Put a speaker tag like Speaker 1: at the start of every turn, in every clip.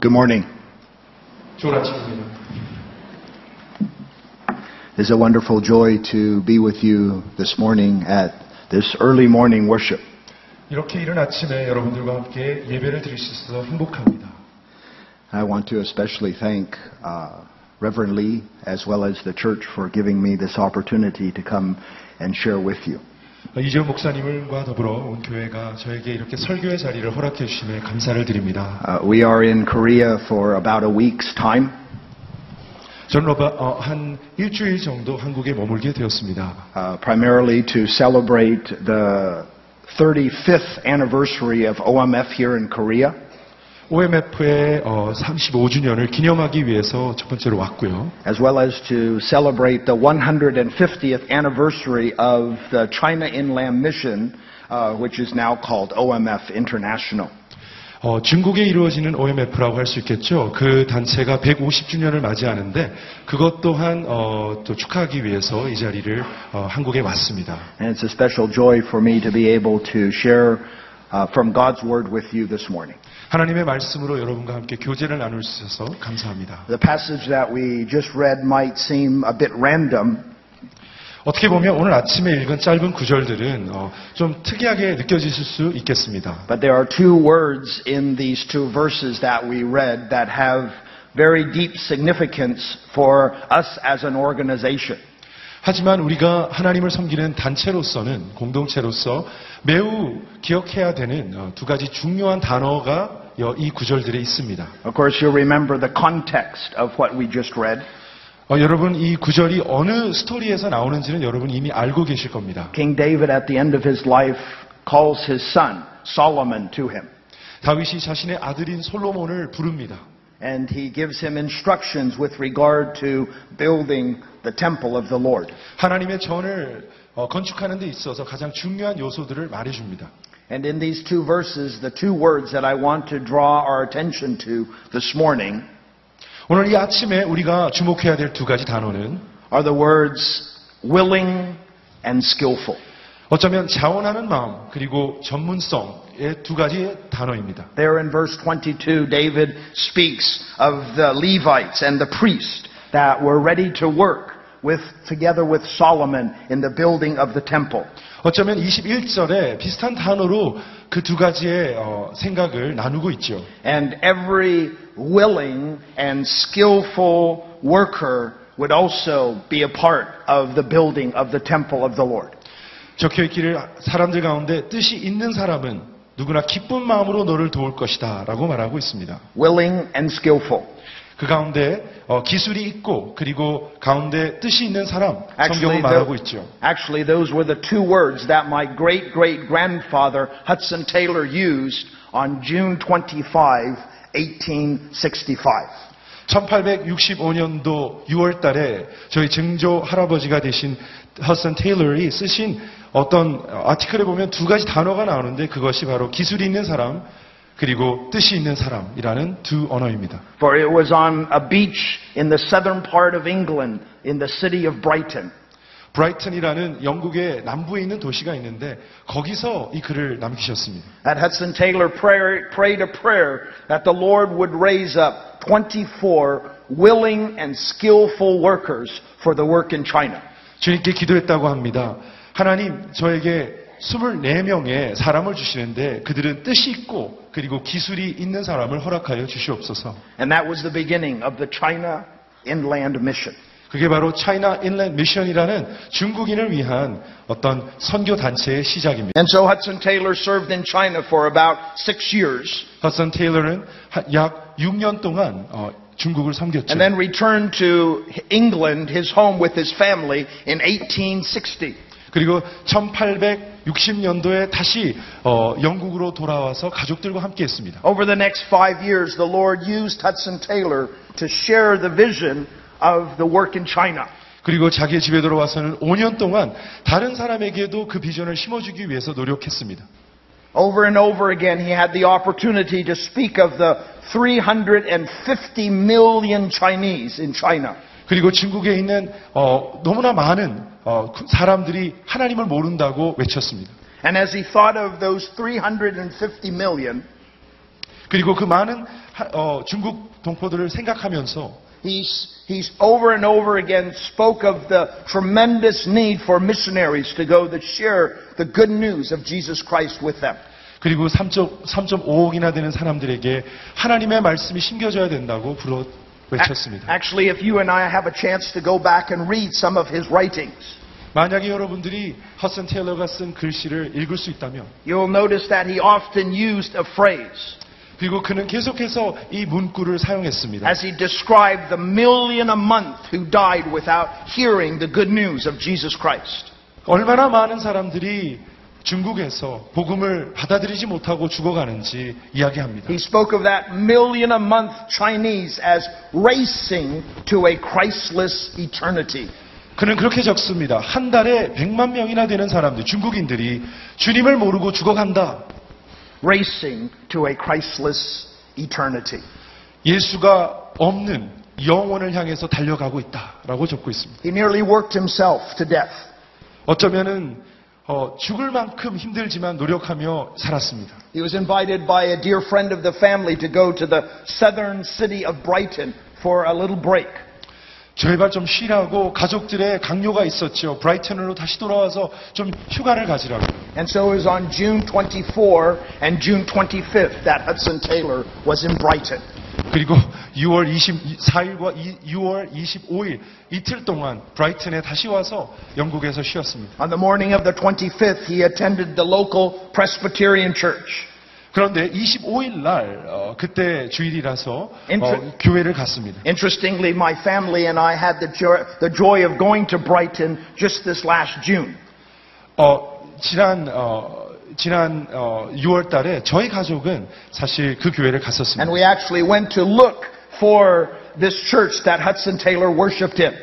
Speaker 1: Good morning.
Speaker 2: 좋은 아침입니다.
Speaker 1: It's a wonderful joy to be with you this morning at this early morning worship.
Speaker 2: 이렇게 이른 아침에 여러분들과 함께 예배를 드릴 수 있어서 행복합니다.
Speaker 1: I want to especially thank uh, Reverend Lee as well as the church for giving me this opportunity to come and share with you.
Speaker 2: 이재훈 목사님과 더불어 온 교회가 저에게 이렇게 설교의 자리를 허락해 주심에 감사를 드립니다.
Speaker 1: Uh, we are in Korea for about a week's time.
Speaker 2: 저는 어바- 어, 한 일주일 정도 한국에 머물게 되었습니다.
Speaker 1: uh, primarily to celebrate the 35th anniversary of OMF here in Korea,
Speaker 2: OMF의 35주년을 기념하기 위해서 첫 번째로 왔고요.
Speaker 1: as well as to celebrate the 150th anniversary of the China Inland Mission, uh, which is now called OMF International.
Speaker 2: 어, 중국에 이루어지는 OMF라고 할 수 있겠죠. 그 단체가 150주년을 맞이하는데 그것 또한 어, 또 축하하기 위해서 이 자리를 어, 한국에 왔습니다.
Speaker 1: And it's a special joy for me to be able to share uh, from God's Word with you this morning.
Speaker 2: 하나님의 말씀으로 여러분과 함께 교제를 나눌 수 있어서 감사합니다.
Speaker 1: The passage that we just read might seem a bit random,
Speaker 2: 어떻게 보면 오늘 아침에 읽은 짧은 구절들은 어, 좀 특이하게 느껴지실 수 있겠습니다.
Speaker 1: But there are two words in these two verses that we read that have very deep significance for us as an organization.
Speaker 2: 하지만 우리가 하나님을 섬기는 단체로서는 공동체로서 매우 기억해야 되는 어, 두 가지 중요한 단어가 여- 이 구절들에 있습니다.
Speaker 1: Of course, you'll remember the context of what we just read.
Speaker 2: 어, 여러분 이 구절이 어느 스토리에서 나오는지는 여러분 이미 알고 계실 겁니다.
Speaker 1: King David, at the end of his life, calls his son, Solomon, to him.
Speaker 2: 다윗이 자신의 아들인 솔로몬을 부릅니다.
Speaker 1: And he gives him instructions with regard to building the temple of the Lord.
Speaker 2: 하나님의 전을 어, 건축하는 데 있어서 가장 중요한 요소들을 말해줍니다.
Speaker 1: And in these two verses, the two words that I want to draw our attention to this morning
Speaker 2: 오늘 이 아침에 우리가 주목해야 될 두 가지 단어는
Speaker 1: are the words willing and skillful.
Speaker 2: 어쩌면 자원하는 마음 그리고 전문성의 두 가지 단어입니다.
Speaker 1: There in verse 22, David speaks of the Levites and the priests that were ready to work with, together with Solomon in the building of the temple.
Speaker 2: 어쩌면 21절에 비슷한 단어로 그 두 가지의 어, 생각을 나누고 있죠.
Speaker 1: And every willing and skillful worker would also be a part of the building of the temple of the Lord.
Speaker 2: 적혀 있기를 사람들 가운데 뜻이 있는 사람은 누구나 기쁜 마음으로 너를 도울 것이다 라고 말하고 있습니다.
Speaker 1: Willing and skillful.
Speaker 2: 그 가운데 어, 기술이 있고 그리고 가운데 뜻이 있는 사람 성경은
Speaker 1: Actually,
Speaker 2: 말하고
Speaker 1: tho-
Speaker 2: 있죠.
Speaker 1: actually, those were the two words that my great great grandfather Hudson Taylor used on June 25, 1865.
Speaker 2: 1865년도 6월 달에 저희 증조 할아버지가 되신 허슨 테일러이 쓰신 어떤 아티클에 보면 두 가지 단어가 나오는데 그것이 바로 기술이 있는 사람 그리고 뜻이 있는 사람이라는 두 언어입니다.
Speaker 1: For it was on a beach in the southern part of England, in the city of Brighton,
Speaker 2: 브라이튼이라는 영국의 남부에 있는 도시가 있는데 거기서 이 글을 남기셨습니다.
Speaker 1: that Hudson Taylor prayer, prayed a prayer that the Lord would raise up 24 willing and skillful workers for the work in China.
Speaker 2: 주님께 기도했다고 합니다. 하나님, 저에게 24명의 사람을 주시는데 그들은 뜻이 있고 그리고 기술이 있는 사람을 허락하여 주시옵소서.
Speaker 1: And that was the beginning of the China Inland Mission.
Speaker 2: 그게 바로 차이나 인랜 미션이라는 중국인을 위한 어떤 선교 단체의 시작입니다.
Speaker 1: And so Hudson Taylor served in China for about six years
Speaker 2: 허슨 테일러는 하- 약 6년 동안 어, 중국을 섬겼죠.
Speaker 1: and then returned to England, his home with his family, in 1860.
Speaker 2: 그리고 1860년도에 다시 어, 영국으로 돌아와서 가족들과 함께 했습니다.
Speaker 1: Over the next five years, the Lord used Hudson Taylor to share the vision of the work in China.
Speaker 2: 그리고 자기 집에 돌아와서는 5년 동안 다른 사람에게도 그 비전을 심어주기 위해서 노력했습니다.
Speaker 1: Over and over again, he had the opportunity to speak of the 350 million Chinese in China.
Speaker 2: 그리고 중국에 있는 어, 너무나 많은 어, 그 사람들이 하나님을 모른다고 외쳤습니다.
Speaker 1: And as he thought of those 350 million,
Speaker 2: 그리고 그 많은 하- 어, 중국 동포들을 생각하면서
Speaker 1: He's, he's over and over again spoke of the tremendous need for missionaries to go to share the good news of Jesus Christ with them.
Speaker 2: 그리고 3.5억이나 되는 사람들에게 하나님의 말씀이 심겨져야 된다고 불러
Speaker 1: Ac-
Speaker 2: 외쳤습니다.
Speaker 1: Actually, if you and I have a chance to go back and read some of his writings,
Speaker 2: 만약에 여러분들이 허슨 테일러가 쓴 글씨를 읽을 수 있다면
Speaker 1: you'll notice that he often used a phrase
Speaker 2: 그리고 그는 계속해서 이 문구를 사용했습니다.
Speaker 1: as he described the million a month who died without hearing the good news of Jesus Christ.
Speaker 2: 얼마나 많은 사람들이 중국에서 복음을 받아들이지 못하고 죽어가는지 이야기합니다.
Speaker 1: He spoke of that million a month Chinese as racing to a Christless eternity.
Speaker 2: 그는 그렇게 적습니다. 한 달에 100만 명이나 되는 사람들, 중국인들이 주님을 모르고 죽어간다.
Speaker 1: Racing to a Christless eternity.
Speaker 2: 예수가 없는 영혼을 향해서 달려가고 있다라고 적고 있습니다.
Speaker 1: He nearly worked himself to death.
Speaker 2: 어쩌면은 어, 죽을 만큼 힘들지만 노력하며 살았습니다.
Speaker 1: He was invited by a dear friend of the family to go to the southern city of Brighton for a little break.
Speaker 2: 제발 좀 쉬라고 가족들의 강요가 있었죠. 브라이튼으로 다시 돌아와서 좀 휴가를 가지라고.
Speaker 1: And so it was on June 24 and June 25th that Hudson Taylor was in Brighton.
Speaker 2: 그리고 6월 24일과 6월 25일 이틀 동안 브라이튼에 다시 와서 영국에서 쉬었습니다.
Speaker 1: On the morning of the 25th, he attended the local Presbyterian church.
Speaker 2: 그런데 25일 날 어, 그때 주일이라서 어,
Speaker 1: Inter-
Speaker 2: 교회를 갔습니다.
Speaker 1: Interestingly, my family and I had the, jo- the joy of going to Brighton just this last June.
Speaker 2: 어, 지난 어, 지난 6월 달에 저희 가족은 사실 그 교회를 갔었습니다.
Speaker 1: And we actually went to look for this church that Hudson Taylor worshiped in.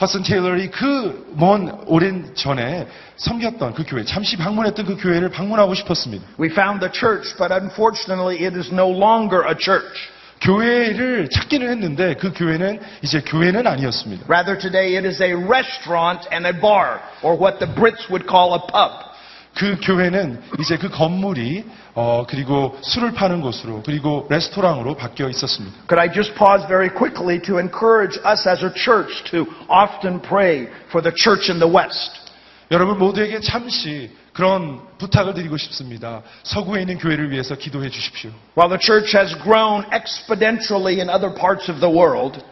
Speaker 2: 허슨 테일러이 그 먼 오랜 전에 섬겼던 그 교회, 잠시 방문했던 그 교회를 방문하고 싶었습니다.
Speaker 1: We found the church, but unfortunately it is no longer a church.
Speaker 2: 교회를 찾기는 했는데 그 교회는 이제 교회는 아니었습니다.
Speaker 1: Rather today it is a restaurant and a bar, or what the Brits would call a pub.
Speaker 2: 그 교회는 이제 그 건물이 어, 그리고 술을 파는 곳으로 그리고 레스토랑으로 바뀌어 있었습니다.
Speaker 1: Could I just pause very quickly to encourage us as a church to often pray for the church in the West?
Speaker 2: 여러분 모두에게 잠시 그런 부탁을 드리고 싶습니다. 서구에 있는 교회를 위해서 기도해 주십시오.
Speaker 1: While the church has grown exponentially in other parts of the world,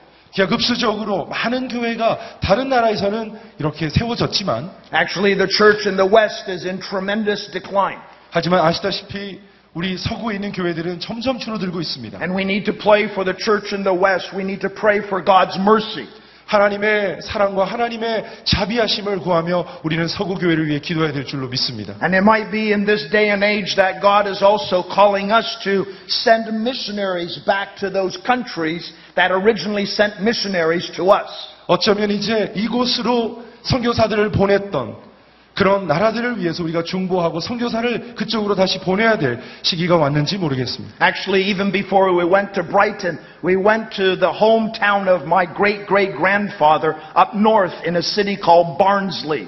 Speaker 2: 기하급수적으로 많은 교회가 다른 나라에서는 이렇게 세워졌지만
Speaker 1: actually the church in the West is in tremendous decline.
Speaker 2: 하지만 아시다시피 우리 서구에 있는 교회들은 점점 줄어들고 있습니다.
Speaker 1: And we need to pray for the church in the West. We need to pray for God's mercy.
Speaker 2: 하나님의 사랑과 하나님의 자비하심을 구하며 우리는 서구 교회를 위해 기도해야 될 줄로 믿습니다.
Speaker 1: And it might be in this day and age that God is also calling us to send missionaries back to those countries that originally sent missionaries to us.
Speaker 2: 어쩌면 이제 이곳으로 선교사들을 보냈던 그런 나라들을 위해서 우리가 중보하고 선교사를 그쪽으로 다시 보내야 될 시기가 왔는지 모르겠습니다.
Speaker 1: Actually, even before we went to Brighton, we went to the hometown of my great great grandfather up north in a city called Barnsley.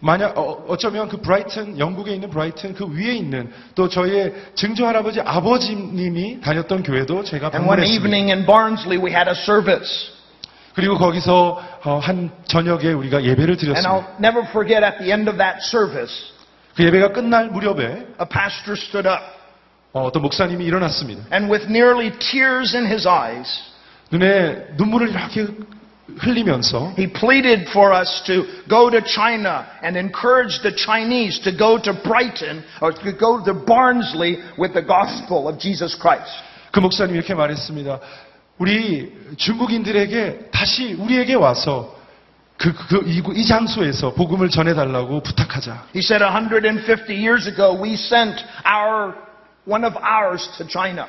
Speaker 2: 만약 어, 어쩌면 그 브라이튼 영국에 있는 브라이튼 그 위에 있는 또 저희의 증조 할아버지 아버지님이 다녔던 교회도 제가
Speaker 1: And one
Speaker 2: 방문했습니다.
Speaker 1: evening in Barnsley, we had a service.
Speaker 2: 그리고 거기서 어, 한 저녁에 우리가 예배를
Speaker 1: And
Speaker 2: 드렸습니다.
Speaker 1: I'll never forget at the end of that service,
Speaker 2: 그 예배가 끝날 무렵에
Speaker 1: a pastor stood up
Speaker 2: 어, 어떤 목사님이 일어났습니다.
Speaker 1: and with nearly tears in his eyes,
Speaker 2: 눈에 눈물을 이렇게 흘리면서
Speaker 1: He pleaded for us to go to China and encourage the Chinese to go to Brighton or to go to Barnsley with the gospel of Jesus Christ.
Speaker 2: 그 목사님이 이렇게 말했습니다. 우리 중국인들에게 다시 우리에게 와서 그, 그- 이, 이 장소에서 복음을 전해달라고 부탁하자.
Speaker 1: He said 150 years ago we sent our one of ours to China.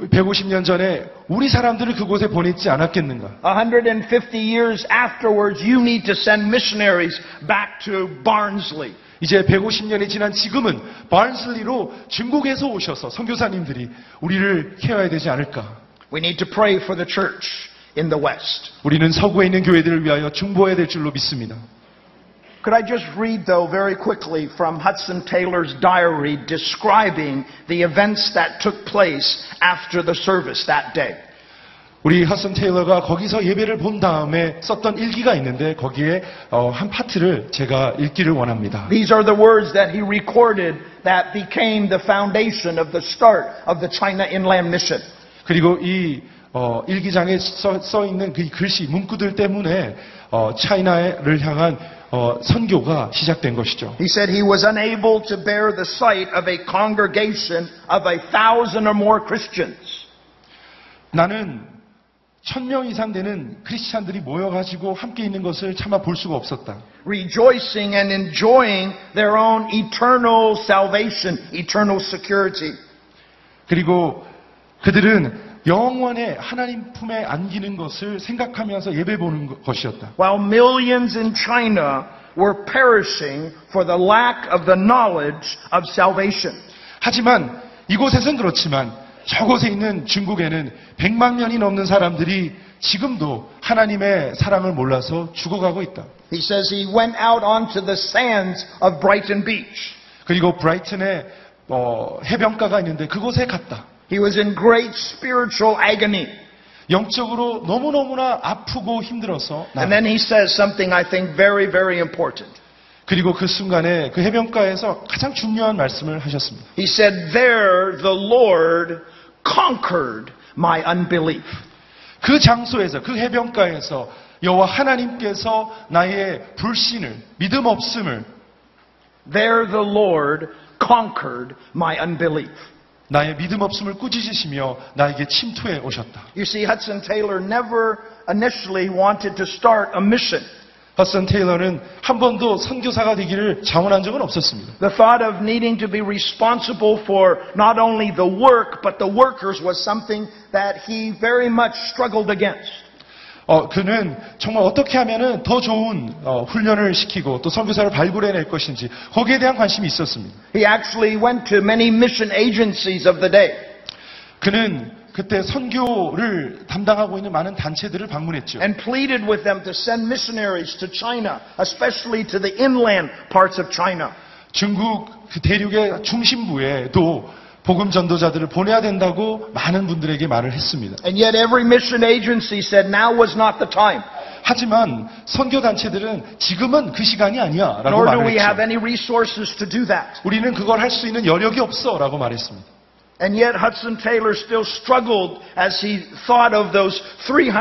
Speaker 2: 150년 전에 우리 사람들을 그곳에 보냈지 않았겠는가.
Speaker 1: 150 years afterwards you need to send missionaries back to Barnsley.
Speaker 2: 이제 150년이 지난 지금은 바른슬리로 중국에서 오셔서 선교사님들이 우리를 케어해야 되지 않을까.
Speaker 1: We need to pray for the church in the West.
Speaker 2: 우리는 서구에 있는 교회들을 위하여 중보해야 될 줄로 믿습니다.
Speaker 1: Could I just read, though, very quickly from Hudson Taylor's diary describing the events that took place after the service that day?
Speaker 2: 우리 허슨 테일러가 거기서 예배를 본 다음에 썼던 일기가 있는데 거기에 어, 한 파트를 제가 읽기를 원합니다.
Speaker 1: These are the words that he recorded that became the foundation of the start of the China Inland Mission.
Speaker 2: 그리고 이 어, 일기장에 써, 써 있는 그 글씨 문구들 때문에 어, 차이나를 향한 어, 선교가 시작된 것이죠.
Speaker 1: He said he was unable to bear the sight of a congregation of a thousand or more Christians.
Speaker 2: 나는 천 명 이상 되는 크리스찬들이 모여가지고 함께 있는 것을 차마 볼 수가 없었다.
Speaker 1: rejoicing and enjoying their own eternal salvation, eternal security.
Speaker 2: 그리고 그들은 영원의 하나님 품에 안기는 것을 생각하면서 예배 보는 것이었다.
Speaker 1: While millions in China were perishing for the lack of the knowledge of salvation.
Speaker 2: 하지만 이곳에선 그렇지만 저곳에 있는 중국에는 100만 년이 넘는 사람들이 지금도 하나님의 사랑을 몰라서 죽어가고 있다.
Speaker 1: He says he went out onto the sands of Brighton Beach.
Speaker 2: 그리고 브라이튼에 어, 해변가가 있는데 그곳에 갔다.
Speaker 1: He was in great spiritual agony.
Speaker 2: 영적으로 너무너무나 아프고 힘들어서 나-
Speaker 1: And then he says something I think very, very important.
Speaker 2: 그리고 그 순간에 그 해변가에서 가장 중요한 말씀을 하셨습니다.
Speaker 1: He said, There the Lord conquered my unbelief.
Speaker 2: 그 장소에서 그 해변가에서 여호와 하나님께서 나의 불신을 믿음 없음을
Speaker 1: There the Lord conquered my unbelief.
Speaker 2: 나의 믿음 없음을 꾸짖으시며 나에게 침투해 오셨다.
Speaker 1: You see, Hudson Taylor never initially wanted to start a mission.
Speaker 2: 허슨 테일러는 한 번도 선교사가 되기를 자원한 적은 없었습니다.
Speaker 1: The thought of needing to be responsible for not only the work, but the workers was something that he very much struggled against.
Speaker 2: 어, 그는 정말 어떻게 하면은 더 좋은 어, 훈련을 시키고 또 선교사를 발굴해낼 것인지 거기에 대한 관심이 있었습니다.
Speaker 1: He actually went to many mission agencies of the day
Speaker 2: 그는 그때 선교를 담당하고 있는 많은 단체들을 방문했죠.
Speaker 1: and pleaded with them to send missionaries to China, especially to the inland parts of China.
Speaker 2: 중국 그 대륙의 중심부에도 복음 전도자들을 보내야 된다고 많은 분들에게 말을 했습니다.
Speaker 1: And yet every mission agency said now was not the time.
Speaker 2: 하지만 선교 단체들은 지금은 그 시간이 아니야라고
Speaker 1: Nor do we
Speaker 2: 말을
Speaker 1: have
Speaker 2: 했죠.
Speaker 1: any resources to do that.
Speaker 2: 우리는 그걸 할 수 있는 여력이 없어라고 말했습니다.
Speaker 1: And yet Hudson Taylor still struggled as he thought of those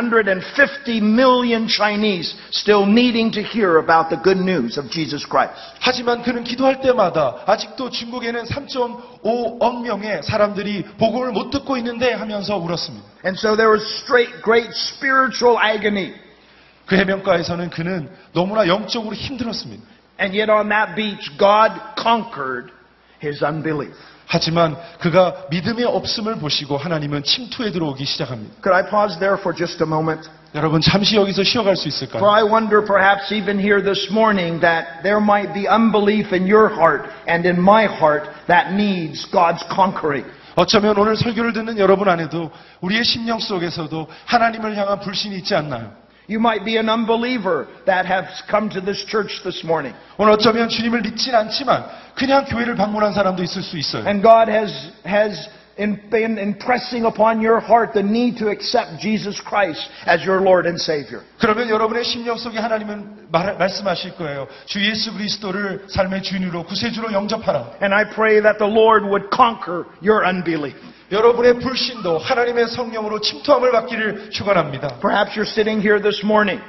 Speaker 1: 350 million Chinese still needing to hear about the good news of Jesus Christ.
Speaker 2: 하지만 그는 기도할 때마다 아직도 중국에는 3.5억 명의 사람들이 복음을 못 듣고 있는데 하면서 울었습니다.
Speaker 1: And so there was straight, great spiritual agony.
Speaker 2: 그 해변가에서는 그는 너무나 영적으로 힘들었습니다.
Speaker 1: And yet on that beach, God conquered his unbelief.
Speaker 2: 하지만 그가 믿음의 없음을 보시고 하나님은 침투에 들어오기 시작합니다.
Speaker 1: Could I pause there for just a moment?
Speaker 2: 여러분 잠시 여기서 쉬어갈 수
Speaker 1: For
Speaker 2: 있을까요?
Speaker 1: I wonder perhaps even here this morning that there might be unbelief in your heart and in my heart that needs God's conquering.
Speaker 2: 어쩌면 오늘 설교를 듣는 여러분 안에도 우리의 심령 속에서도 하나님을 향한 불신이 있지 않나요?
Speaker 1: You might be an unbeliever that has come to this church this morning.
Speaker 2: 오늘 어쩌면 주님을 믿진 않지만 그냥 교회를 방문한 사람도 있을 수 있어요.
Speaker 1: And God has, has in- been impressing upon your heart the need to accept Jesus Christ as your Lord and Savior.
Speaker 2: 그러면 여러분의 심령 속에 하나님은 말, 말씀하실 거예요. 주 예수 그리스도를 삶의 주인으로 구세주로 영접하라.
Speaker 1: And I pray that the Lord would conquer your unbelief.
Speaker 2: 여러분의 불신도 하나님의 성령으로 침투함을 받기를 축원합니다.
Speaker 1: Perhaps you're sitting here this morning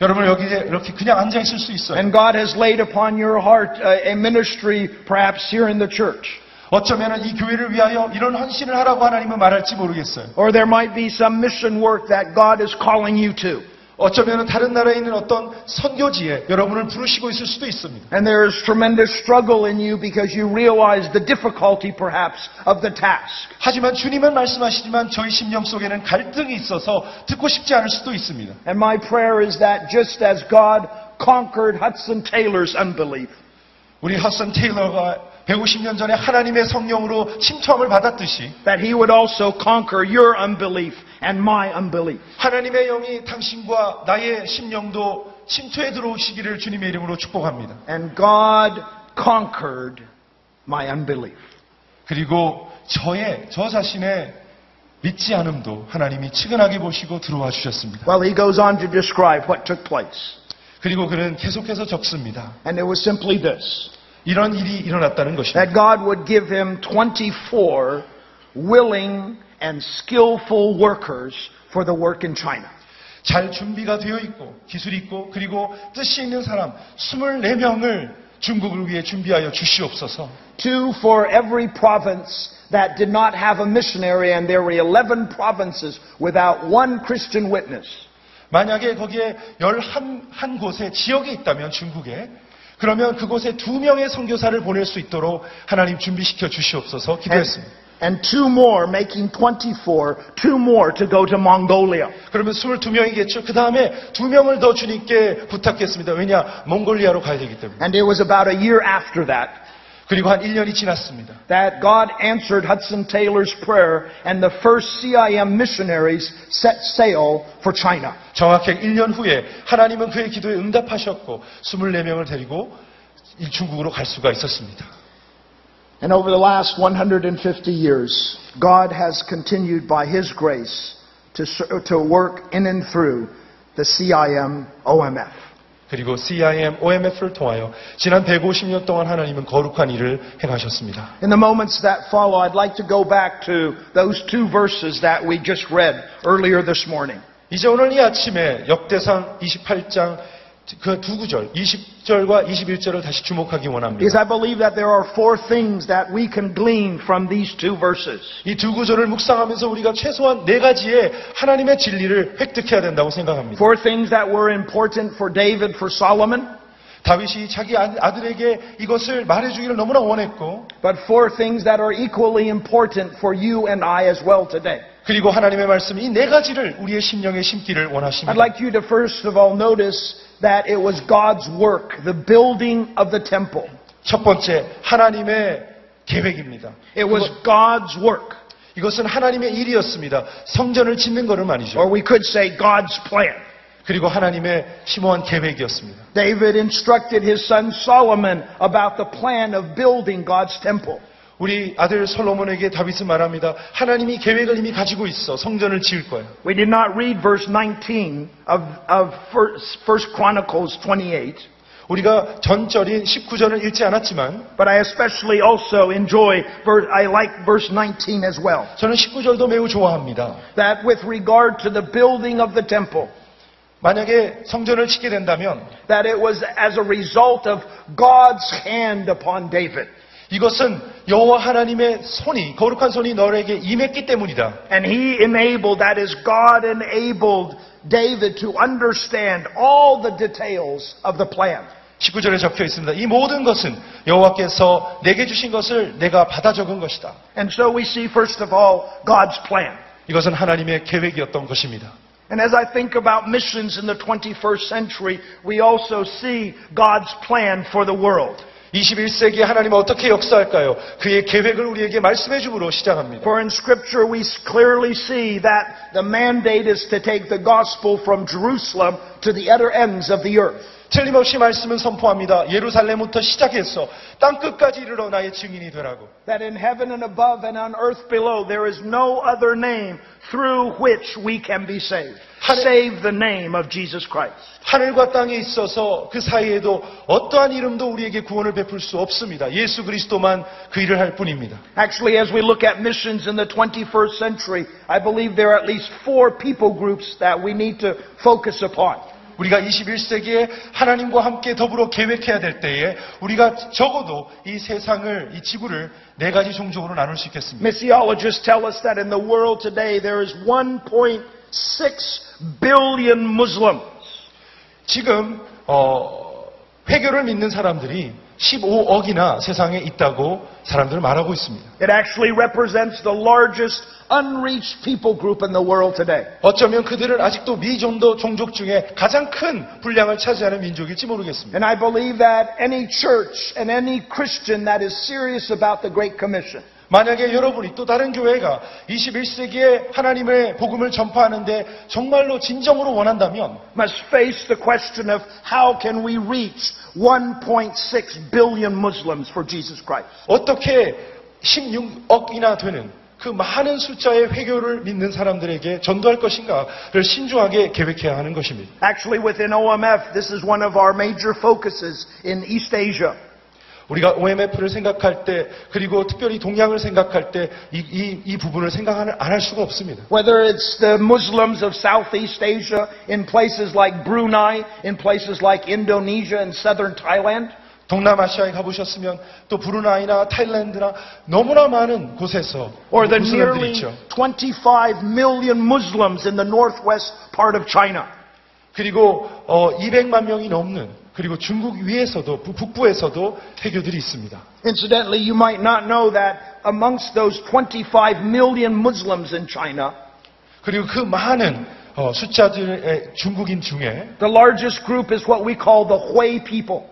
Speaker 2: 여러분 여기 이렇게 그냥 앉아 있을 수 있어요.
Speaker 1: and God has laid upon your heart a, a ministry perhaps here in the church.
Speaker 2: 어쩌면 이 교회를 위하여 이런 헌신을 하라고 하나님은 말할지 모르겠어요.
Speaker 1: Or there might be some mission work that God is calling you to.
Speaker 2: 어쩌면 다른 나라에 있는 어떤 선교지에 여러분을 부르시고 있을 수도 있습니다.
Speaker 1: And there is tremendous struggle in you because you realize the difficulty perhaps of the task.
Speaker 2: 하지만 주님은 말씀하시지만 저희 심령 속에는 갈등이 있어서 듣고 싶지 않을 수도 있습니다.
Speaker 1: And my prayer is that just as God conquered Hudson Taylor's unbelief,
Speaker 2: 우리 허슨 테일러가 150년 전에 하나님의 성령으로 침투함을 받았듯이
Speaker 1: that he would also conquer your unbelief and my unbelief.
Speaker 2: 하나님의 영이 당신과 나의 심령도 침투에 들어오시기를 주님의 이름으로 축복합니다.
Speaker 1: And God conquered my unbelief.
Speaker 2: 그리고 저의 저 자신의 믿지 않음도 하나님이 측은하게 보시고 들어와 주셨습니다.
Speaker 1: Well, he goes on to describe what took place.
Speaker 2: 그리고 그는 계속해서 적습니다.
Speaker 1: And it was simply this
Speaker 2: 이런 일이 일어났다는 것입니다.
Speaker 1: that God would give him 24 willing and skillful workers for the work in China.
Speaker 2: 잘 준비가 되어 있고 기술이 있고 그리고 뜻이 있는 사람 24명을 중국을 위해 준비하여 주시옵소서.
Speaker 1: Two for every province that did not have a missionary, and there were 11 provinces without one Christian witness.
Speaker 2: 만약에 거기에 11, 한 곳에 지역이 있다면 중국에 그러면 그곳에 두 명의 선교사를 보낼 수 있도록 하나님 준비시켜 주시옵소서
Speaker 1: And,
Speaker 2: 기도했습니다.
Speaker 1: and two more, making 24, two more to go to Mongolia.
Speaker 2: 그러면 22명이겠죠. 그 다음에 두 명을 더 주님께 부탁했습니다. 왜냐? 몽골리아로 가야 되기 때문에.
Speaker 1: And it was about a year after that
Speaker 2: 그리고 한 1년이 지났습니다.
Speaker 1: that God answered Hudson Taylor's prayer and the first CIM missionaries set sail for China.
Speaker 2: 정확히 1년 후에 하나님은 그의 기도에 응답하셨고 24명을 데리고 이 중국으로 갈 수가 있었습니다.
Speaker 1: And over the last 150 years, God has continued by His grace to, ser- to work in and through the CIM OMF.
Speaker 2: 그리고 CIM, OMF를 통하여 지난 150년 동안 하나님은 거룩한 일을 행하셨습니다.
Speaker 1: In the moments that follow, I'd like to go back to those two verses that we just read earlier this morning.
Speaker 2: 이제 오늘 이 아침에 역대상 28장 그 두 구절, 20절과 21절을 다시 주목하기 원합니다.
Speaker 1: Because I believe that there are four things that we can glean from these two verses.
Speaker 2: 이 두 구절을 묵상하면서 우리가 최소한 네 가지의 하나님의 진리를 획득해야 된다고 생각합니다.
Speaker 1: Four things that were important for David, for Solomon,
Speaker 2: 다윗이 자기 아- 아들에게 이것을 말해주기를 너무나 원했고,
Speaker 1: but four things that are equally important for you and I as well today.
Speaker 2: 그리고 하나님의 말씀 이 네 가지를 우리의 심령에 심기를
Speaker 1: I'd
Speaker 2: 원하십니다.
Speaker 1: like you to first of all notice that it was God's work, the building of the temple.
Speaker 2: 첫 번째, 하나님의 계획입니다.
Speaker 1: It was God's work,
Speaker 2: 이것은 하나님의 일이었습니다. 성전을 짓는 것은 아니죠.
Speaker 1: or we could say God's plan.
Speaker 2: 그리고 하나님의 심오한 계획이었습니다.
Speaker 1: David instructed his son Solomon about the plan of building God's temple.
Speaker 2: 우리 아들 솔로몬에게 다윗은 말합니다. 하나님이 계획을 이미 가지고 있어. 성전을 지을 거야.
Speaker 1: We did not read verse 19 of, of first, first Chronicles 28.
Speaker 2: 우리가 전절인 19절을 읽지 않았지만
Speaker 1: But I especially also enjoy, ver- I like verse 19 as well.
Speaker 2: 저는 19절도 매우 좋아합니다.
Speaker 1: That with regard to the building of the temple,
Speaker 2: 만약에 성전을 짓게 된다면
Speaker 1: that it was as a result of God's hand upon David.
Speaker 2: 이것은 여호와 하나님의 손이 거룩한 손이 너에게 임했기 때문이다.
Speaker 1: And he enabled, that is, God enabled David to understand all the details of the plan.
Speaker 2: 19절에 적혀 있습니다. 이 모든 것은 여호와께서 내게 주신 것을 내가 받아 적은 것이다.
Speaker 1: And so we see, first of all, God's plan.
Speaker 2: 이것은 하나님의 계획이었던 것입니다.
Speaker 1: And as I think about missions in the 21st century, we also see God's plan for the world.
Speaker 2: 21세기에 하나님은 어떻게 역사할까요? 그의 계획을 우리에게 말씀해 주므로 시작합니다.
Speaker 1: For in Scripture we clearly see that the mandate is to take the gospel from Jerusalem to the utter ends of the earth.
Speaker 2: 틀림없이 말씀은 선포합니다. 예루살렘부터 시작해서 땅 끝까지 이르러 나의 증인이 되라고.
Speaker 1: That in heaven and above and on earth below there is no other name through which we can be saved.
Speaker 2: Hallelujah.
Speaker 1: Save the name of Jesus Christ.
Speaker 2: 하늘과 땅에 있어서 그 사이에도 어떠한 이름도 우리에게 구원을 베풀 수 없습니다. 예수 그리스도만 그 일을 할 뿐입니다.
Speaker 1: Actually, as we look at missions in the 21st century, I believe there are at least four people groups that we need to focus upon.
Speaker 2: 우리가 21세기에 하나님과 함께 더불어 계획해야 될 때에 우리가 적어도 이 세상을, 이 지구를 네 가지 종족으로 나눌 수 있겠습니다.
Speaker 1: Missiologists tell us that in the world today there is 1.6 billion Muslims.
Speaker 2: 지금, 어, 회교를 믿는 사람들이 15억이나 세상에 있다고 사람들은 말하고 있습니다.
Speaker 1: It actually represents the largest unreached people group in the world today.
Speaker 2: 어쩌면 그들은 아직도 미존도 종족 중에 가장 큰 분량을 차지하는 민족일지 모르겠습니다.
Speaker 1: And I believe that any church and any Christian that is serious about the Great Commission
Speaker 2: 만약에 여러분이 또 다른 교회가 21세기에 하나님의 복음을 전파하는데 정말로 진정으로 원한다면
Speaker 1: must face the question of how can we reach 1.6 billion Muslims for Jesus Christ?
Speaker 2: 어떻게 16억이나 되는 그 많은 숫자의 회교를 믿는 사람들에게 전도할 것인가를 신중하게 계획해야 하는 것입니다.
Speaker 1: Actually, within OMF, this is one of our major focuses in East Asia.
Speaker 2: 우리가 OMF를 생각할 때 그리고 특별히 동양을 생각할 때 이 부분을 생각 안 할 수가 없습니다.
Speaker 1: Whether it's the Muslims of Southeast Asia in places like Brunei, in places like Indonesia and southern Thailand,
Speaker 2: 동남아시아에 가보셨으면 또 브루나이나 타일랜드나 너무나 많은 곳에서
Speaker 1: or the
Speaker 2: 무슬림들이
Speaker 1: nearly
Speaker 2: 있죠.
Speaker 1: 25 million Muslims in the northwest part of China.
Speaker 2: 그리고 어, 200만 명이 넘는 그리고 중국 위에서도 부- 북부에서도 해교들이 있습니다.
Speaker 1: Incidentally, you might not know that amongst those 25 million Muslims in China,
Speaker 2: 그리고 그 많은 어, 숫자들의 중국인 중에
Speaker 1: the largest group is what we call the Hui people.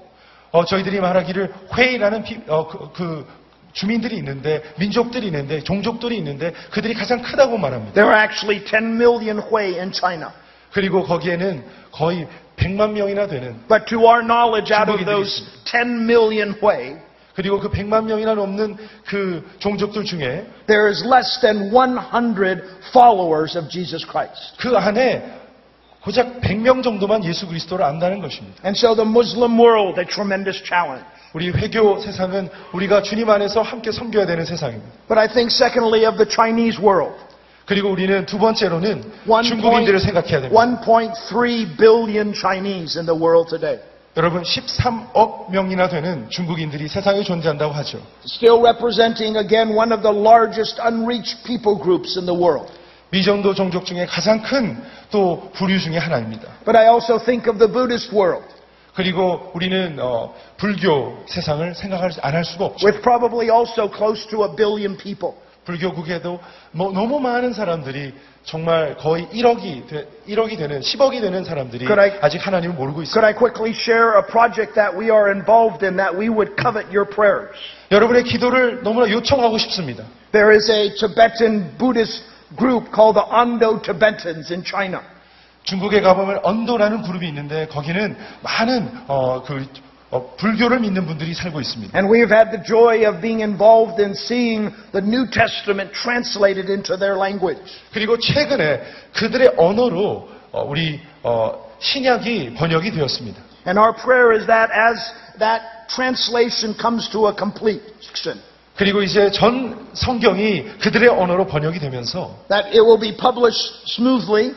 Speaker 2: 어, 저희들이 말하기를 회의라는 피- 어, 그, 그 주민들이 있는데 민족들이 있는데 종족들이 있는데 그들이 가장 크다고 말합니다.
Speaker 1: There are actually 10 million Hui in China.
Speaker 2: 그리고 거기에는 거의 100만 명이나 되는
Speaker 1: But to our knowledge, out of
Speaker 2: Somebody
Speaker 1: those 10 million Hui,
Speaker 2: 그리고 그 100만 명이나 넘는 그 종족들 중에
Speaker 1: there is less than 100 followers of Jesus Christ.
Speaker 2: 그 안에 고작 100명 정도만 예수 그리스도를 안다는 것입니다.
Speaker 1: And so the Muslim world, a tremendous challenge.
Speaker 2: 우리 회교 세상은 우리가 주님 안에서 함께 섬겨야 되는 세상입니다.
Speaker 1: But I think secondly of the Chinese world.
Speaker 2: 그리고 우리는 두 번째로는
Speaker 1: One
Speaker 2: 중국인들을
Speaker 1: point-
Speaker 2: 생각해야 됩니다.
Speaker 1: 1.3 billion Chinese in the world today.
Speaker 2: 여러분 13억 명이나 되는 중국인들이 세상에 존재한다고 하죠.
Speaker 1: Still representing again one of the largest unreached people groups in the world.
Speaker 2: 미정도 종족 중에 가장 큰 또 부류 중에 하나입니다.
Speaker 1: But I also think of the Buddhist world
Speaker 2: 그리고 우리는 어, 불교 세상을 생각할 안 할 수가 없죠.
Speaker 1: with probably also close to a billion people.
Speaker 2: 불교국에도 뭐- 너무 많은 사람들이 정말 거의 1억이 되, 1억이 되는 10억이 되는 사람들이
Speaker 1: Could I-
Speaker 2: 아직 하나님을 모르고 있습니다.
Speaker 1: Could I quickly share a project that we are involved in that we would covet your prayers?
Speaker 2: 여러분의 기도를 너무나 요청하고 싶습니다.
Speaker 1: There is a Tibetan Buddhist group called the Ando Tibetans in China.
Speaker 2: 중국에 가보면 언도라는 그룹이 있는데 거기는 많은 어, 그, 어, 불교를 믿는 분들이 살고 있습니다.
Speaker 1: And we have had the joy of being involved in seeing the New Testament translated into their language.
Speaker 2: 그리고 최근에 그들의 언어로 어, 우리 어, 신약이 번역이 되었습니다.
Speaker 1: And our prayer is that as that translation comes to a completion,
Speaker 2: 그리고 이제 전 성경이 그들의 언어로 번역이 되면서
Speaker 1: that it will be published smoothly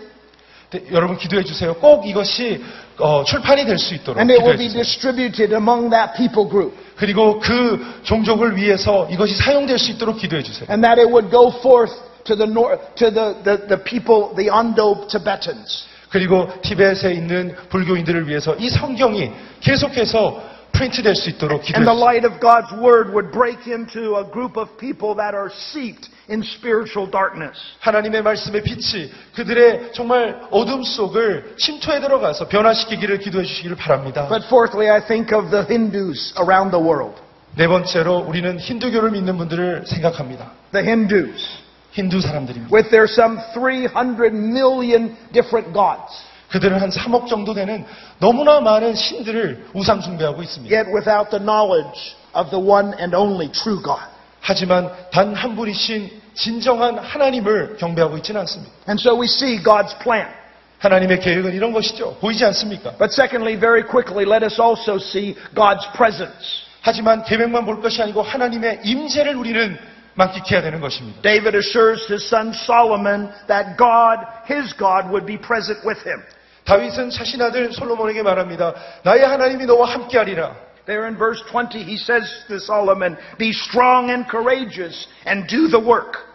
Speaker 2: 네, 여러분 기도해 주세요. 꼭 이것이 어, 출판이 될 수 있도록
Speaker 1: and it will
Speaker 2: 기도해
Speaker 1: be
Speaker 2: 주세요.
Speaker 1: distributed among that people group.
Speaker 2: 그리고 그 종족을 위해서 이것이 사용될 수 있도록 기도해 주세요.
Speaker 1: And that it would go forth to the, nor- to the, the, the people, the Ando Tibetans.
Speaker 2: 그리고 티벳에 있는 불교인들을 위해서 이 성경이 계속해서 프린트될 수 있도록 기도해
Speaker 1: And the
Speaker 2: 주세요.
Speaker 1: light of God's word would break into a group of people that are seeped in spiritual darkness.
Speaker 2: 하나님의 말씀의 빛이 그들의 정말 어둠 속을 침투해 들어가서 변화시키기를 기도해 주시기를 바랍니다.
Speaker 1: But fourthly, I think of the Hindus around the world.
Speaker 2: 네 번째로 우리는 힌두교를 믿는 분들을 생각합니다.
Speaker 1: The Hindus,
Speaker 2: 힌두 사람들입니다.
Speaker 1: with their some 300 million different gods,
Speaker 2: 그들은 한 3억 정도 되는 너무나 많은 신들을 우상 숭배하고 있습니다.
Speaker 1: yet without the knowledge of the one and only true God.
Speaker 2: 하지만 단 한 분이신 진정한 하나님을 경배하고 있지는 않습니다.
Speaker 1: And so we see God's plan.
Speaker 2: 하나님의 계획은 이런 것이죠. 보이지 않습니까?
Speaker 1: But secondly, very quickly, let us also see God's presence.
Speaker 2: 하지만 계획만 볼 것이 아니고 하나님의 임재를 우리는 만끽해야 되는 것입니다.
Speaker 1: David assures his son Solomon that God, his God, would be present with him.
Speaker 2: 다윗은 자신 아들 솔로몬에게 말합니다. 나의 하나님이 너와 함께하리라.
Speaker 1: There in verse 20, he says to Solomon, Be strong and courageous and do the work.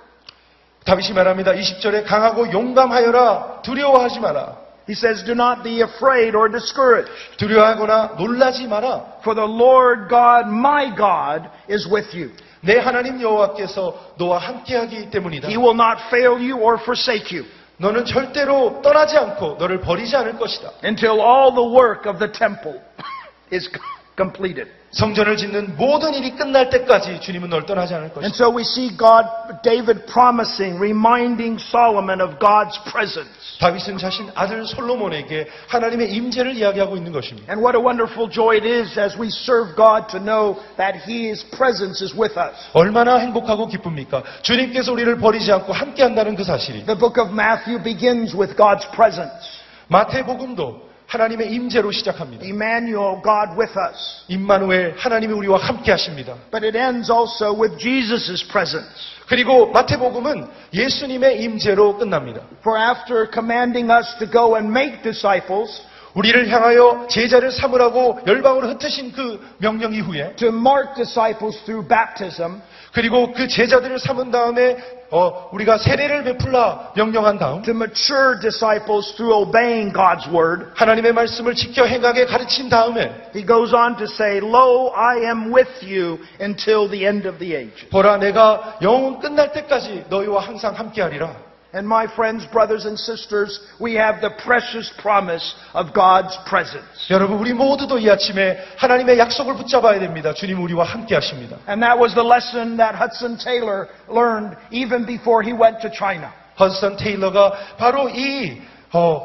Speaker 2: 다윗이 말합니다. 20절에 강하고 용감하여라. 두려워하지 마라.
Speaker 1: He says, Do not be afraid or discouraged,
Speaker 2: 두려워하거나 놀라지 마라.
Speaker 1: for the Lord God, my God, is with you.
Speaker 2: 내 하나님 여호와께서 너와 함께하기 때문이다.
Speaker 1: He will not fail you or forsake you
Speaker 2: 너는 절대로 떠나지 않고 너를 버리지 않을 것이다.
Speaker 1: until all the work of the temple is, completed.
Speaker 2: 성전을 짓는 모든 일이 끝날 때까지 주님은 널 떠나지 않을 것이다.
Speaker 1: And so we see God, David promising, reminding Solomon of God's presence.
Speaker 2: 다윗은 자신 아들 솔로몬에게 하나님의 임재를 이야기하고 있는 것입니다.
Speaker 1: And what a wonderful joy it is as we serve God to know that His presence is with us.
Speaker 2: 얼마나 행복하고 기쁩니까? 주님께서 우리를 버리지 않고 함께 한다는 그 사실이.
Speaker 1: The book of Matthew begins with God's presence.
Speaker 2: 마태복음도 하나님의 임재로 시작합니다.
Speaker 1: Emmanuel, God with us.
Speaker 2: 임마누엘 하나님이 우리와 함께 하십니다.
Speaker 1: But it ends also with Jesus' presence.
Speaker 2: 그리고 마태복음은 예수님의 임재로 끝납니다.
Speaker 1: For after commanding us to go and make disciples,
Speaker 2: 우리를 향하여 제자를 삼으라고 열방으로 흩으신 그 명령 이후에
Speaker 1: to mark disciples through baptism,
Speaker 2: 그리고 그 제자들을 삼은 다음에 어, 우리가 세례를 베풀라 명령한 다음
Speaker 1: to mature disciples through obeying God's word,
Speaker 2: 하나님의 말씀을 지켜 행하게 가르친 다음에
Speaker 1: he goes on to say, Lo, I am with you until the end of the ages.
Speaker 2: 보라 내가 영혼 끝날 때까지 너희와 항상 함께하리라.
Speaker 1: And my friends, brothers and sisters, we have the precious promise of God's presence.
Speaker 2: 여러분 우리 모두도 이 아침에 하나님의 약속을 붙잡아야 됩니다. 주님 우리와 함께 하십니다.
Speaker 1: And that was the lesson that Hudson Taylor learned even before he went to China.
Speaker 2: 헌슨 테일러가 바로 이 어,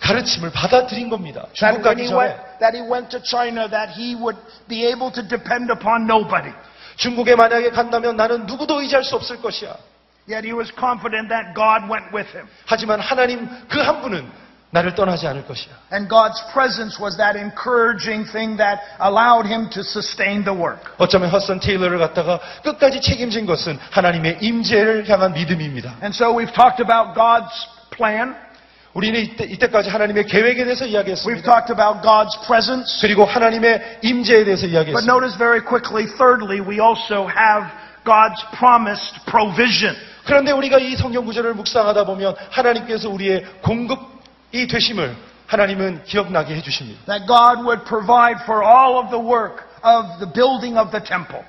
Speaker 2: 가르침을 받아들인 겁니다.
Speaker 1: That when
Speaker 2: 중국 가기
Speaker 1: he
Speaker 2: 전에
Speaker 1: went, that he went to China, that he would be able to depend upon nobody.
Speaker 2: 중국에 만약에 간다면 나는 누구도 의지할 수 없을 것이야.
Speaker 1: Yet he was confident that God went with him.
Speaker 2: 하지만 하나님 그 한 분은 나를 떠나지 않을 것이야.
Speaker 1: And God's presence was that encouraging thing that allowed him to sustain the work.
Speaker 2: 어쩌면 허슨 테일러를 갖다가 끝까지 책임진 것은 하나님의 임재를 향한 믿음입니다.
Speaker 1: And so we've talked about God's plan.
Speaker 2: 우리는 이때, 까지 하나님의 계획에 대해서
Speaker 1: We've
Speaker 2: 이야기했습니다.
Speaker 1: talked about God's presence.
Speaker 2: 그리고 하나님의 임재에 대해서
Speaker 1: But
Speaker 2: 이야기했습니다.
Speaker 1: notice very quickly, thirdly, we also have God's promised provision.
Speaker 2: 그런데 우리가 이 성경 구절을 묵상하다 보면 하나님께서 우리의 공급이 되심을 하나님은 기억나게 해주십니다.
Speaker 1: That God would provide for all of the work of the building of the temple.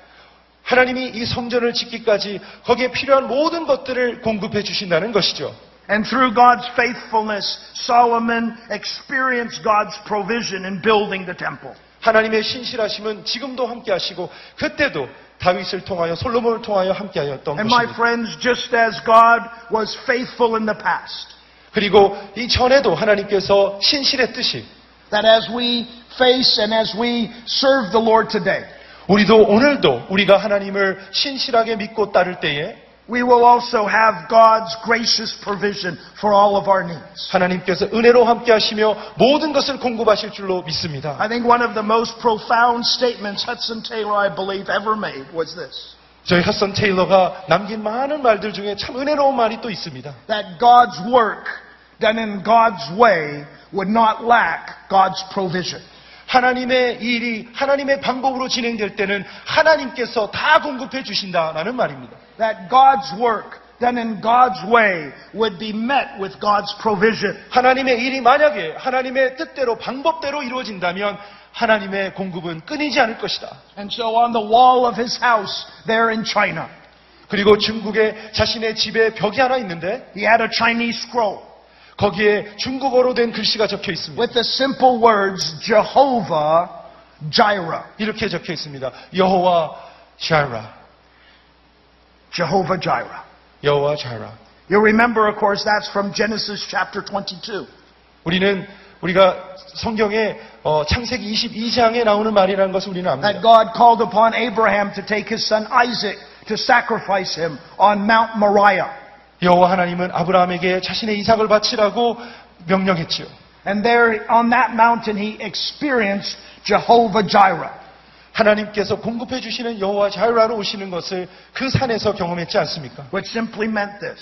Speaker 2: 하나님이 이 성전을 짓기까지 거기에 필요한 모든 것들을 공급해 주신다는 것이죠.
Speaker 1: And through God's faithfulness, Solomon experienced God's provision in building the temple.
Speaker 2: 하나님의 신실하심은 지금도 함께 하시고 그때도 다윗을 통하여 솔로몬을 통하여 함께 하였던
Speaker 1: And my
Speaker 2: 것입니다.
Speaker 1: friends, just as God was faithful in the past,
Speaker 2: 그리고 이 전에도 하나님께서 신실했듯이
Speaker 1: that as we face and as we serve the Lord today,
Speaker 2: 우리도 오늘도 우리가 하나님을 신실하게 믿고 따를 때에
Speaker 1: we will also have God's gracious provision for all of our needs.
Speaker 2: 하나님께서 은혜로 함께 하시며 모든 것을 공급하실 줄로 믿습니다.
Speaker 1: I think one of the most profound statements Hudson Taylor, I believe, ever made was this.
Speaker 2: 저희 핫선 테일러가 남긴 많은 말들 중에 참 은혜로운 말이 또 있습니다.
Speaker 1: that God's work done in God's way would not lack God's provision.
Speaker 2: 하나님의 일이 하나님의 방법으로 진행될 때는 하나님께서 다 공급해 주신다라는 말입니다.
Speaker 1: That God's work done in God's way would be met with God's provision.
Speaker 2: 하나님의 일이 만약에 하나님의 뜻대로 방법대로 이루어진다면 하나님의 공급은 끊이지 않을 것이다.
Speaker 1: And so on the wall of his house there in China,
Speaker 2: 그리고 중국에 자신의 집에 벽이 하나 있는데
Speaker 1: he had a Chinese scroll
Speaker 2: 거기에 중국어로 된 글씨가 적혀 있습니다.
Speaker 1: with the simple words Jehovah Jireh.
Speaker 2: 이렇게 적혀 있습니다. 여호와 자라.
Speaker 1: Jehovah Jireh.
Speaker 2: 여호와 자라.
Speaker 1: You'll remember, of course, that's from Genesis chapter 22.
Speaker 2: 우리는 우리가 성경에 어, 창세기 22장에 나오는 말이라는 것을 우리는
Speaker 1: that
Speaker 2: 압니다.
Speaker 1: God called upon Abraham to take his son Isaac to sacrifice him on Mount Moriah.
Speaker 2: 여호와 하나님은 아브라함에게 자신의 이삭을 바치라고 명령했지요.
Speaker 1: And there on that mountain he experienced Jehovah Jireh.
Speaker 2: 하나님께서 공급해 주시는 여호와 자유라로 오시는 것을 그 산에서 경험했지 않습니까?
Speaker 1: Which simply meant this,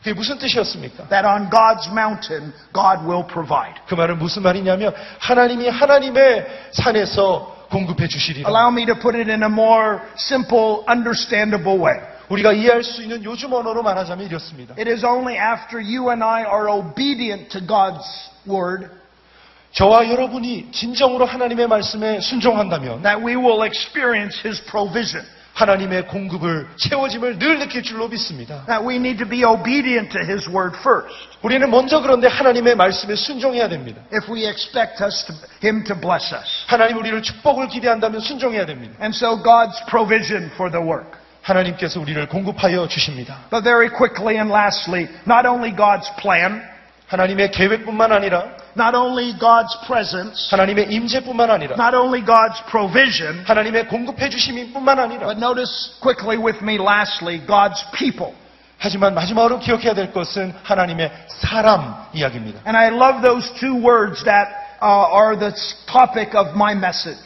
Speaker 2: 그게 무슨 뜻이었습니까?
Speaker 1: that on God's mountain, God will provide.
Speaker 2: 그 말은 무슨 말이냐면 하나님이 하나님의 산에서 공급해 주시리라.
Speaker 1: Allow me to put it in a more simple, understandable way.
Speaker 2: 우리가 이해할 수 있는 요즘 언어로 말하자면 이렇습니다.
Speaker 1: It is only after you and I are obedient to God's word
Speaker 2: 저와 여러분이 진정으로 하나님의 말씀에 순종한다면
Speaker 1: that we will experience His provision.
Speaker 2: 하나님의 공급을 채워짐을 늘 느낄 줄로 믿습니다.
Speaker 1: That we need to be obedient to His word first
Speaker 2: 우리는 먼저 그런데 하나님의 말씀에 순종해야 됩니다.
Speaker 1: if we expect us to, Him to bless us.
Speaker 2: 하나님 우리를 축복을 기대한다면 순종해야 됩니다.
Speaker 1: And so God's provision for the work.
Speaker 2: 하나님께서 우리를 공급하여 주십니다.
Speaker 1: But very quickly and lastly, not only God's plan,
Speaker 2: 하나님의 계획뿐만 아니라
Speaker 1: not only God's presence,
Speaker 2: 하나님의 임재뿐만 아니라
Speaker 1: not only God's provision,
Speaker 2: 하나님의 공급해 주심뿐만 아니라
Speaker 1: but notice quickly with me lastly, God's people.
Speaker 2: 하지만 마지막으로 기억해야 될 것은 하나님의 사람 이야기입니다.
Speaker 1: And I love those two words that uh, are the topic of my message.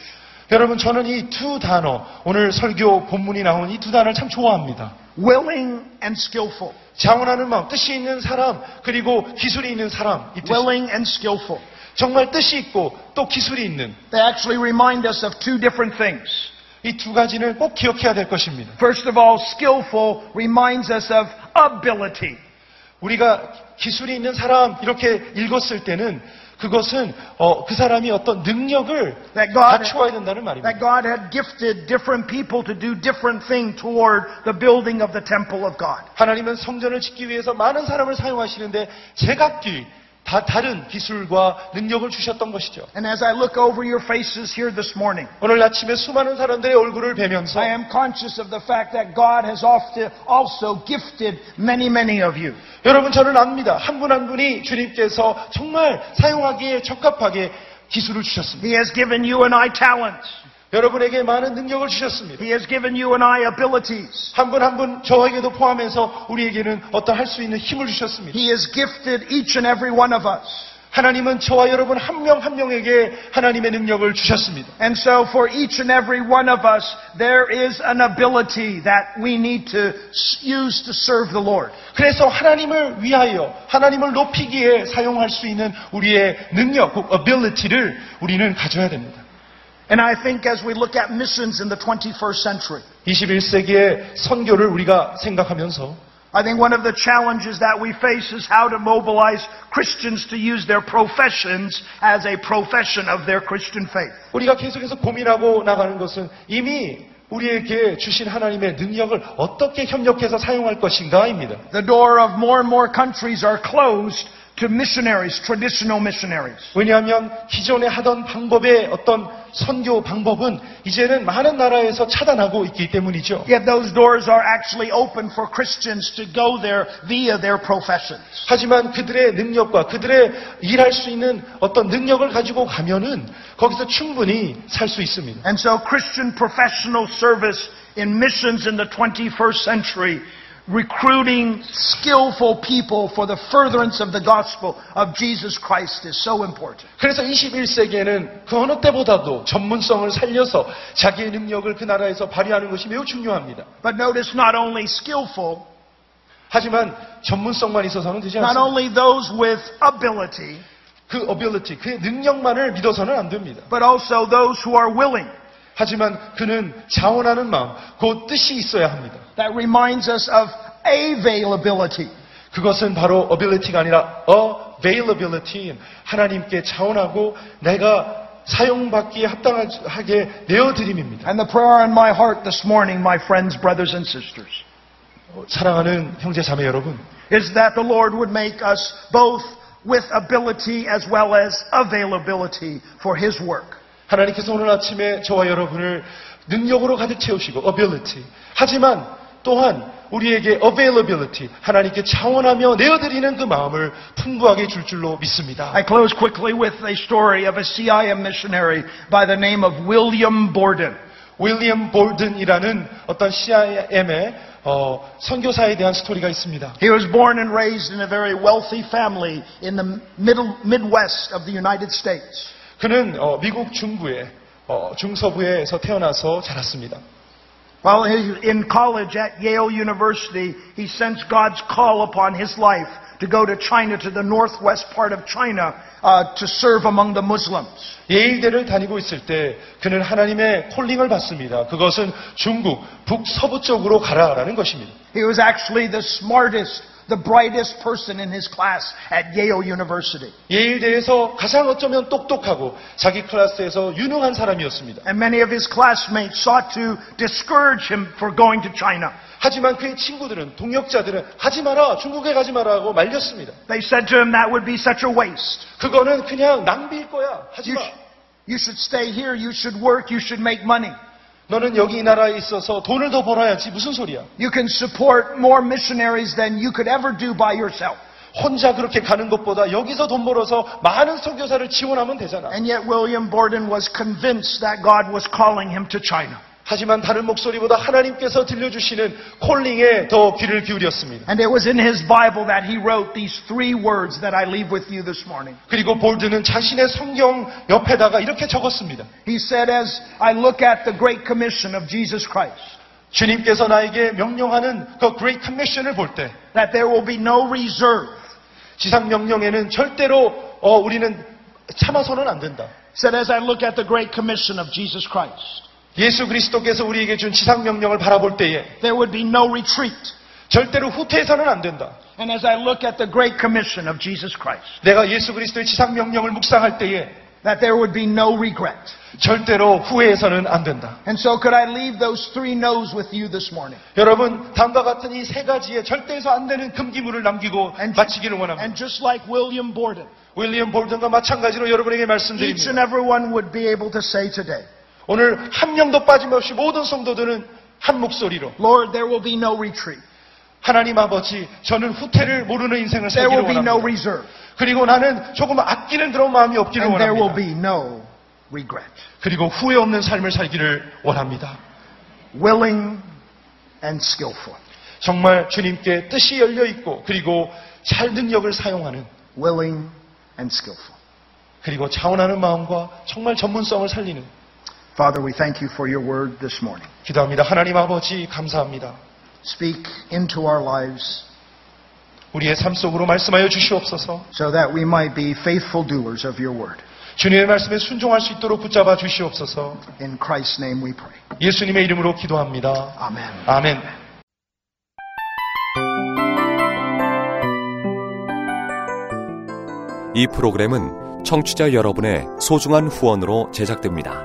Speaker 2: 여러분 저는 이 두 단어 오늘 설교 본문이 나온 이 두 단어를 참 좋아합니다.
Speaker 1: Willing and skillful.
Speaker 2: 자원하는 마음, 뜻이 있는 사람, 그리고 기술이 있는 사람. 이 뜻이-
Speaker 1: Willing and skillful.
Speaker 2: 정말 뜻이 있고 또 기술이 있는
Speaker 1: They actually remind us of two different things.
Speaker 2: 이 두 가지는 꼭 기억해야 될 것입니다.
Speaker 1: First of all, skillful reminds us of ability.
Speaker 2: 우리가 기술이 있는 사람 이렇게 읽었을 때는 그것은 어, 그 사람이 어떤 능력을
Speaker 1: That God,
Speaker 2: 갖추어야 된다는 말입니다.
Speaker 1: that God had gifted different people to do different things toward the building of the temple of God.
Speaker 2: 하나님은 성전을 짓기 위해서 많은 사람을 사용하시는데 제각기 다 다른 기술과 능력을 주셨던 것이죠.
Speaker 1: And as I look over your faces here this morning,
Speaker 2: 오늘 아침에 수많은 사람들의 얼굴을 뵈면서
Speaker 1: I am conscious of the fact that God has often also gifted many, many of you.
Speaker 2: 여러분 저는 압니다. 한 분 한 분이 주님께서 정말 사용하기에 적합하게 기술을 주셨습니다.
Speaker 1: He has given you and I talents.
Speaker 2: 여러분에게 많은 능력을 주셨습니다.
Speaker 1: He has given you and I abilities.
Speaker 2: 한 분 한 분 저에게도 포함해서 우리에게는 어떤 할 수 있는 힘을 주셨습니다.
Speaker 1: He has gifted each and every one of us.
Speaker 2: 하나님은 저와 여러분 한 명 한 명에게 하나님의 능력을 주셨습니다.
Speaker 1: And so for each and every one of us, there is an ability that we need to s- use to serve the Lord.
Speaker 2: 그래서 하나님을 위하여 하나님을 높이기에 사용할 수 있는 우리의 능력, 그 ability를 우리는 가져야 됩니다.
Speaker 1: And I think as we look at missions in the 21st century,
Speaker 2: 21세기의 선교를 우리가 생각하면서
Speaker 1: I think one of the challenges that we face is how to mobilize Christians to use their professions as a profession of their Christian faith.
Speaker 2: 우리가 계속해서 고민하고 나가는 것은 이미 우리에게 주신 하나님의 능력을 어떻게 협력해서 사용할 것인가입니다.
Speaker 1: The door of more and more countries are closed to missionaries, traditional missionaries.
Speaker 2: 왜냐하면 기존에 하던 방법의 어떤 선교 방법은 이제는 많은 나라에서 차단하고 있기 때문이죠.
Speaker 1: Yet those doors are actually open for Christians to go there via their professions.
Speaker 2: 하지만 그들의 능력과 그들의 일할 수 있는 어떤 능력을 가지고 가면은 거기서 충분히 살 수 있습니다.
Speaker 1: And so Christian professional service in missions in the 21st century, recruiting skillful people for the furtherance of the gospel of Jesus Christ is so important.
Speaker 2: 그래서 21세기에는 그 어느 때보다도 전문성을 살려서 자기의 능력을 그 나라에서 발휘하는 것이 매우 중요합니다.
Speaker 1: But notice not only skillful,
Speaker 2: 하지만 전문성만 있어서는 되지
Speaker 1: not
Speaker 2: 않습니다.
Speaker 1: only those with ability,
Speaker 2: 그 ability, 그 능력만을 믿어서는 안 됩니다.
Speaker 1: but also those who are willing.
Speaker 2: 하지만 그는 자원하는 마음, 그 뜻이 있어야 합니다.
Speaker 1: That reminds us of availability.
Speaker 2: 그것은 바로 ability가 아니라 availability. 하나님께 자원하고 내가 사용받기에 합당하게 내어드림입니다.
Speaker 1: And the prayer in my heart this morning, my friends, brothers and sisters,
Speaker 2: 사랑하는 형제 자매 여러분,
Speaker 1: is that the Lord would make us both with ability as well as availability for His work.
Speaker 2: 하나님께서 오늘 아침에 저와 여러분을 능력으로 가득 채우시고 ability. 하지만 또한 우리에게 availability, 하나님께 자원하며 내어드리는 그 마음을 풍부하게 줄 줄로 믿습니다.
Speaker 1: I close quickly with a story of a CIM missionary by the name of William Borden.
Speaker 2: 윌리엄 볼든이라는 어떤 CIM의 어, 선교사에 대한 스토리가 있습니다.
Speaker 1: He was born and raised in a very wealthy family in the middle, Midwest of the United States.
Speaker 2: 그는 어, 미국 중부에 어, 중서부에서 태어나서 자랐습니다.
Speaker 1: While he- in college at Yale University, he sensed God's call upon his life to go to China, to the northwest part of China, uh, to serve among the Muslims.
Speaker 2: 예일대를 다니고 있을 때 그는 하나님의 콜링을 받습니다. 그것은 중국 북서부 쪽으로 가라라는 것입니다.
Speaker 1: He was actually the smartest the brightest person in his class at Yale University.
Speaker 2: 예일대에서 가장 어쩌면 똑똑하고 자기 클래스에서 유능한 사람이었습니다.
Speaker 1: And many of his classmates sought to discourage him for going to China.
Speaker 2: 하지만 그의 친구들은 동역자들은 하지 마라 중국에 가지 마라고 말렸습니다.
Speaker 1: They said to him, that would be such a waste.
Speaker 2: 그거는 그냥 낭비일 거야. 하지
Speaker 1: You,
Speaker 2: 마.
Speaker 1: sh- you should stay here, you should work, you should make money.
Speaker 2: 너는 여기 이 나라에 있어서 돈을 더 벌어야지 무슨 소리야?
Speaker 1: You can support more missionaries than you could ever do by yourself.
Speaker 2: 혼자 그렇게 가는 것보다 여기서 돈 벌어서 많은 선교사를 지원하면 되잖아.
Speaker 1: And yet William Borden was convinced that God was calling him to China.
Speaker 2: 하지만 다른 목소리보다 하나님께서 들려주시는 콜링에 더 귀를 기울였습니다.
Speaker 1: And it was in his Bible that he wrote these three words that I leave with you this morning.
Speaker 2: 그리고 볼드는 자신의 성경 옆에다가 이렇게 적었습니다.
Speaker 1: He said, as I look at the Great Commission of Jesus Christ,
Speaker 2: 주님께서 나에게 명령하는 그 그레이 컨미션을 볼 때
Speaker 1: that there will be no reserve.
Speaker 2: 지상 명령에는 절대로 어, 우리는 참아서는 안 된다.
Speaker 1: said, as I look at the Great Commission of Jesus Christ,
Speaker 2: 예수 그리스도께서 우리에게 준 지상 명령을 바라볼 때에
Speaker 1: there would be no retreat.
Speaker 2: 절대로 후퇴해서는 안 된다.
Speaker 1: And as I look at the Great Commission of Jesus Christ,
Speaker 2: 내가 예수 그리스도의 지상 명령을 묵상할 때에
Speaker 1: that there would be no regret.
Speaker 2: 절대로 후회해서는 안 된다.
Speaker 1: And so could I leave those three no's with you this morning?
Speaker 2: 여러분, 다음과 같은 이 세 가지에 절대해서 안 되는 금기물을 남기고 마치기를 원합니다.
Speaker 1: And just like William Borden,
Speaker 2: 윌리엄 볼든과 마찬가지로 여러분에게
Speaker 1: each
Speaker 2: 말씀드립니다.
Speaker 1: and everyone would be able to say today,
Speaker 2: 오늘 한 명도 빠짐없이 모든 성도들은 한 목소리로
Speaker 1: Lord, there will be no retreat.
Speaker 2: 하나님 아버지, 저는 후퇴를 모르는 인생을
Speaker 1: There
Speaker 2: 살기를
Speaker 1: will be no
Speaker 2: 원합니다.
Speaker 1: reserve.
Speaker 2: 그리고 나는 조금 아끼는 그런 마음이 없기를
Speaker 1: And there will
Speaker 2: 원합니다.
Speaker 1: be no regret.
Speaker 2: 그리고 후회 없는 삶을 살기를 원합니다.
Speaker 1: Willing and skillful.
Speaker 2: 정말 주님께 뜻이 열려 있고 그리고 잘 능력을 사용하는
Speaker 1: Willing and skillful.
Speaker 2: 그리고 자원하는 마음과 정말 전문성을 살리는
Speaker 1: Father, we thank you for your word this morning.
Speaker 2: 기도합니다. 하나님 아버지 감사합니다.
Speaker 1: Speak into our lives
Speaker 2: 우리의 삶 속으로 말씀하여 주시옵소서.
Speaker 1: so that we might be faithful doers of your word.
Speaker 2: 주님의 말씀에 순종할 수 있도록 붙잡아 주시옵소서.
Speaker 1: In Christ's name we pray.
Speaker 2: 예수님의 이름으로 기도합니다.
Speaker 1: Amen.
Speaker 2: 아멘.
Speaker 3: 이 프로그램은 청취자 여러분의 소중한 후원으로 제작됩니다.